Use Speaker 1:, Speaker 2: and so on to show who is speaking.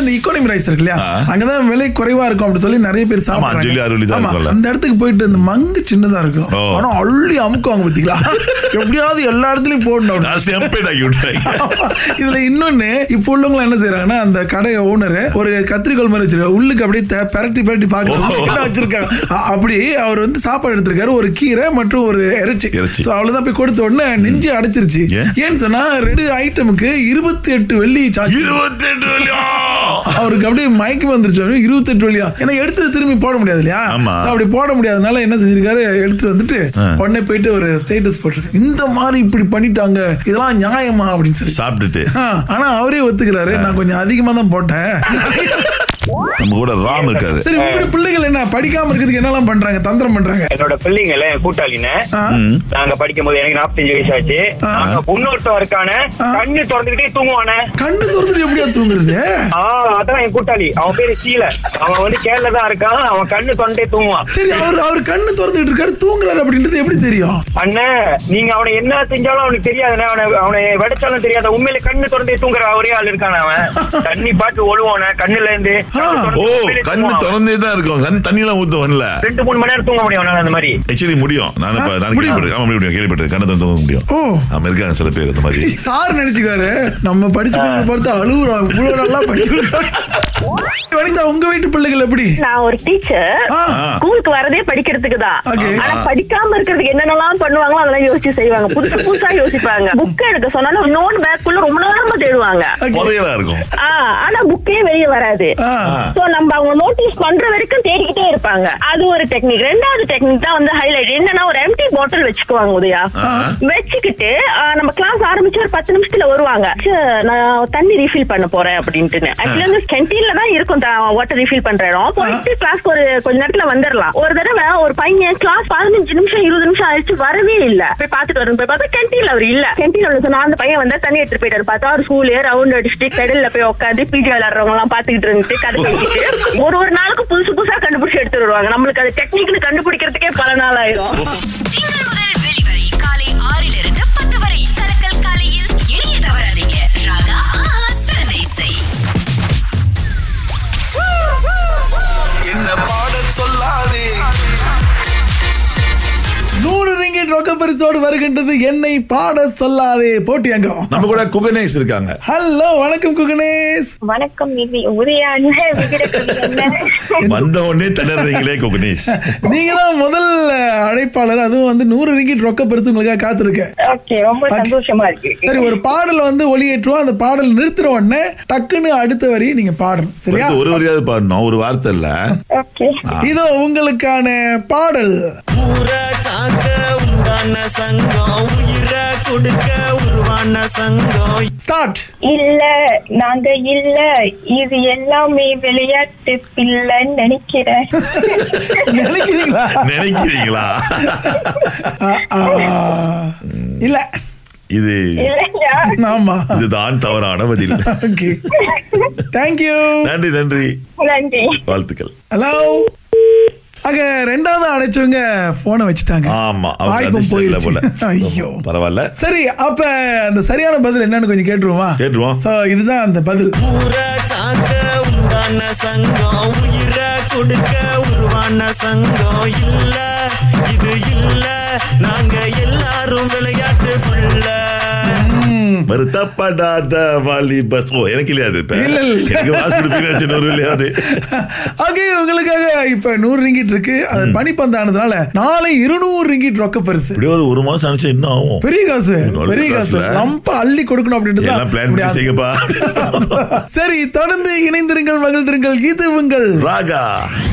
Speaker 1: இந்த economy rice இருக்கு இல்லையா அங்கதான் விலை குறைவா இருக்கும் அப்படி சொல்லி நிறைய பேர்
Speaker 2: அஞ்சலி, அருளி
Speaker 1: சாப்பிடுறாங்க
Speaker 2: தான்
Speaker 1: ஆமா,
Speaker 2: இருக்கும்ல.
Speaker 1: அந்த இடத்துக்கு போயிட்டு இந்த மங்கு சின்னதா இருக்கும்
Speaker 2: ஓ.
Speaker 1: ஆனா அள்ளி அமுக்குவாங்க பாத்தீங்களா எப்படியாவது எல்லா இடத்துலயும் போடணும்
Speaker 2: நான் செம்பேட் ஆக்கி விட்டுறேன்
Speaker 1: இதுல இன்னொன்னு இப்போ உள்ளவங்க என்ன செய்யறாங்கன்னா அந்த கடை ஓனர் ஒரு கத்திரிக்கோள் மாதிரி வச்சிருக்காரு உள்ளுக்கு அப்படியே த- பெரட்டி பெரட்டி பாக்குறாங்க
Speaker 2: ஓ.
Speaker 1: என்ன வச்சிருக்காங்க அ- அப்படி அவர் வந்து சாப்பாடு எடுத்திருக்காரு ஒரு கீரை மற்றும் ஒரு இறைச்சி
Speaker 2: இறைச்சி.
Speaker 1: சோ அவ்வளவுதான் போய் கொடுத்த உடனே நெஞ்சு அடைச்சிருச்சு
Speaker 2: ஏன்?
Speaker 1: ஏன்னு சொன்னா ரெண்டு ஐட்டமுக்கு இருபத்தி எட்டு வெள்ளி சார்ஜ்
Speaker 2: இருபத்தி எட்டு
Speaker 1: அவருக்கு அப்படியே மயக்கம் வந்துருச்சு அவரு 28 வழியா ஏன்னா எடுத்து திரும்பி போட முடியாது இல்லையா
Speaker 2: ஆமா.
Speaker 1: So, அப்படி போட முடியாதனால என்ன செஞ்சிருக்காரு எடுத்துட்டு வந்துட்டு உடனே போயிட்டு ஒரு ஸ்டேட்டஸ் போட்டிருக்கு இந்த மாதிரி இப்படி பண்ணிட்டாங்க இதெல்லாம் நியாயமா அப்படின்னு சொல்லி
Speaker 2: சாப்பிட்டுட்டு
Speaker 1: ஆ, ஆனா அவரே ஒத்துக்கிறாரு நான் கொஞ்சம் அதிகமா தான் போட்டேன்
Speaker 2: நம்ம கூட ராம் இருக்காரு
Speaker 1: சரி உங்களுடைய பிள்ளைகள் என்ன படிக்காம இருக்கிறதுக்கு என்னெல்லாம் பண்றாங்க தந்திரம் பண்றாங்க
Speaker 3: என்னோட பிள்ளைங்கள என் கூட்டாளின
Speaker 1: ஆ,
Speaker 3: நாங்க படிக்கும் போது எனக்கு நாற்பத்தஞ்சு வயசு ஆச்சு
Speaker 1: ஆ.
Speaker 3: நாங்க முன்னோட்டம் இருக்கான
Speaker 1: ஆ.
Speaker 3: கண்ணு திறந்துகிட்டே தூங்குவானே
Speaker 1: கண்ணு திறந்துட்டு எப்படியா தூங்குறது
Speaker 3: ஆ அதான் என் கூட்டாளி அவன் பேரு சீல அவன் வந்து கேரள தான் இருக்கான் அவன் கண்ணு தொண்டே தூங்குவான்
Speaker 1: சரி அவர் அவர் கண்ணு திறந்துட்டு இருக்காரு தூங்குறாரு அப்படின்றது எப்படி தெரியும்
Speaker 3: அண்ணே நீங்க அவனை என்ன செஞ்சாலும் அவனுக்கு தெரியாதுண்ணே அவனை அவனை வெடிச்சாலும் தெரியாத உண்மையில கண்ணு திறந்தே தூங்குற ஒரே ஆள் இருக்கான அவன் தண்ணி பாட்டு ஒழுவான கண்ணுல இருந்து கண்ணு
Speaker 1: ஆ.
Speaker 3: திறந்து
Speaker 2: ஓ
Speaker 3: உண்மையிலே
Speaker 2: கண்ணு
Speaker 3: தூங்குவான்.
Speaker 2: திறந்தே தான் இருக்கும் கண் தண்ணியெல்லாம் ஊத்துவன்ல
Speaker 3: ரெண்டு மூணு மணி நேரம் தூங்க முடியும் அவனால அந்த மாதிரி
Speaker 2: ஆக்சுவலி முடியும் நான் இப்ப
Speaker 1: ஆ,
Speaker 2: நான்
Speaker 1: முடியும்.
Speaker 2: கேள்விப்பட்டேன் ஆமா முடியும் கேள்விப்பட்டேன் கண்ணை திறந்து தூங்க முடியும்
Speaker 1: ஓ.
Speaker 2: ஆமா இருக்காங்க சில பேர் அந்த மாதிரி
Speaker 1: சார் நினைச்சுக்காரு நம்ம படிச்சு பார்த்து அழுகுறோம் இவ்வளவு நல்லா படிச்சு வனிதா உங்க வீட்டு பிள்ளைகள் எப்படி
Speaker 4: நான் ஒரு டீச்சர்
Speaker 1: ஆ.
Speaker 4: ஸ்கூலுக்கு வரதே படிக்கிறதுக்கு தான்
Speaker 1: Okay.
Speaker 4: ஆனா படிக்காம இருக்கிறதுக்கு என்னென்னலாம் பண்ணுவாங்களோ அதெல்லாம் யோசிச்சு செய்வாங்க புதுசு புதுசா யோசிப்பாங்க புக் எடுக்க சொன்னாலும் நோட் பேக்குள்ள ரொம்ப நேரமா தேடுவாங்க
Speaker 1: Okay.
Speaker 2: புதையலா இருக்கும்
Speaker 4: ஆ, ஆனா புக்கே வெளியே வராது
Speaker 1: ஆ.
Speaker 4: சோ நம்ம அவங்க நோட்டீஸ் பண்ற வரைக்கும் தேடிக்கிட்டே இருப்பாங்க அது ஒரு டெக்னிக் ரெண்டாவது டெக்னிக் தான் வந்து ஹைலைட் என்னன்னா ஒரு எம்டி பாட்டில் வச்சுக்குவாங்க உதயா
Speaker 2: ஆ.
Speaker 4: வச்சுக்கிட்டு ஆ, நம்ம கிளாஸ் ஆரம்பிச்சு ஒரு பத்து நிமிஷத்துல வருவாங்க "ச்சே, நான் தண்ணி ரீஃபில் பண்ண போறேன் அப்படின்ட்டு ஆக்சுவலி வந்து கேன்டீன்ல தான் இருக்கும் வாட்டர் ரீஃபில் பண்ற இடம் போயிட்டு கிளாஸ்க்கு ஒரு கொஞ்ச நேரத்துல வந்துடலாம் ஒரு தடவை ஒரு பையன் கிளாஸ் பதினஞ்சு நிமிஷம் இருபது நிமிஷம் ஆயிடுச்சு வரவே இல்ல போய் பார்த்துட்டு வரணும் போய் பார்த்தா கேன்டீன்ல அவர் இல்ல கேன்டீன்ல உள்ள நான் அந்த பையன் வந்தா தண்ணி எடுத்துட்டு போயிட்டாரு பார்த்தா அவர் ஸ்கூல்ல ரவுண்ட் அடிச்சுட்டு கடல்ல போய் உட்காந்து பிஜி விளையாடுறவங்க எல்லாம் பாத்துக்கிட்டு இருந்துட்டு கதை பேசிட்டு ஒரு ஒரு நாளுக்கு புதுசு புதுசா கண்டுபிடிச்சு எடுத்துட்டு வருவாங்க நம்மளுக்கு அது டெக்னிக்னு கண்டுபிடிக்கிறதுக்கே பல நாள் ஆயிரும்
Speaker 5: திங்கள் முதல் வெளிவரை காலை ஆறிலிருந்து பத்து வரை கலக்கல் காலையில் இணைய தவறாதீங்க ராகா ஆஹா, சிறந்த இசை
Speaker 6: என்ன பாட சொல்லாதே
Speaker 1: நூறு ரிங்கிட் ரொக்க பரிசோடு வருகின்றது என்னை பாட சொல்லாதே போட்டி அங்கம்
Speaker 2: நம்ம கூட குகனேஷ் இருக்காங்க
Speaker 1: ஹலோ வணக்கம் குகணேஷ்
Speaker 7: வணக்கம் நிதி உதயா அண்ணே, விகிட கவி அண்ணே.
Speaker 2: வந்த உடனே திணறீங்களே குகனேஷ்
Speaker 1: நீங்க தான் முதல் அஹ், அழைப்பாளர் அதுவும் வந்து நூறு ரிங்கிட் ரொக்க பரிசு உங்களுக்காக காத்திருக்கேன்
Speaker 7: ஓகே ரொம்ப
Speaker 1: Okay.
Speaker 7: சந்தோஷமா இருக்கு
Speaker 1: சரி ஒரு பாடல் வந்து ஒளியேற்றுவோம் அந்த பாடல் நிறுத்துற உடனே டக்குன்னு அடுத்த வரி நீங்க பாடணும் சரியா
Speaker 2: வந்து ஒரு வரியாவது பாடணும் ஒரு வார்த்தை இல்ல
Speaker 7: ஓகே
Speaker 1: இதோ உங்களுக்கான பாடல்
Speaker 8: ஊர காக்க உண்டான சங்கம் உயிர கொடுக்க உருவான சங்கம்
Speaker 1: ஸ்டார்ட்
Speaker 7: இல்ல நாங்க இல்ல இது எல்லாமே விளையாட்டு பிள்ளைன்னு நினைக்கிறேன்
Speaker 1: நினைக்கிறீங்களா
Speaker 2: நினைக்கிறீங்களா
Speaker 1: அஹ், அஹ், இல்ல
Speaker 2: இது
Speaker 7: இல்லையா
Speaker 1: ஆமா
Speaker 2: இதுதான் தவறான பதில்
Speaker 1: ஓகே தேங்க்யூ
Speaker 2: நன்றி நன்றி
Speaker 7: நன்றி
Speaker 2: வாழ்த்துக்கள்
Speaker 1: ஹலோ அங்க ரெண்டாவது அடைச்சவங்க போனை வச்சுட்டாங்க
Speaker 2: ஆமா அவருக்கு
Speaker 1: வாய்ப்பும்
Speaker 2: அதிர்ஷ்டம் இல்ல போல
Speaker 1: போயிருச்சு ஐயோ
Speaker 2: பரவாயில்ல
Speaker 1: சரி அப்ப அந்த சரியான பதில் என்னன்னு கொஞ்சம் கேட்டுருவோமா
Speaker 2: கேட்டுருவோம்.
Speaker 1: So, இதுதான் அந்த பதில்
Speaker 8: ஊர காக்க உண்டான சங்கம் உயிர கொடுக்க உருவான சங்கம் இல்ல இது இல்ல நாங்க எல்லாரும் விளையாட்டுக்குள்ள
Speaker 2: வருத்தப்படாத வாலிப ஓ எனக்கு இல்லையா அது இப்ப
Speaker 1: இல்ல, இல்ல.
Speaker 2: எனக்கு வாசி கொடுப்பீங்க ஒரு இல்லையா அது
Speaker 1: ஓகே உங்களுக்காக இப்ப நூறு ரிங்கிட் இருக்கு அது பனிப்பந்தானதுனால நாளை இருநூறு ரிங்கிட் ரொக்க பரிசு
Speaker 2: இப்படியே ஒரு ஒரு மாசம் அனுப்பிச்சு இன்னும் ஆகும்
Speaker 1: பெரிய காசு
Speaker 2: நல்ல
Speaker 1: பெரிய காசு
Speaker 2: காசுல.
Speaker 1: லம்ப அள்ளி கொடுக்கணும் அப்படின்றது
Speaker 2: எல்லாம்
Speaker 1: தான்
Speaker 2: பிளான் பண்ணி
Speaker 1: இப்படி
Speaker 2: செய்யப்பா
Speaker 1: ஆசை. சரி தொடர்ந்து இணைந்திருங்கள் மகிழ்ந்திருங்கள் இது உங்கள்
Speaker 2: ராகா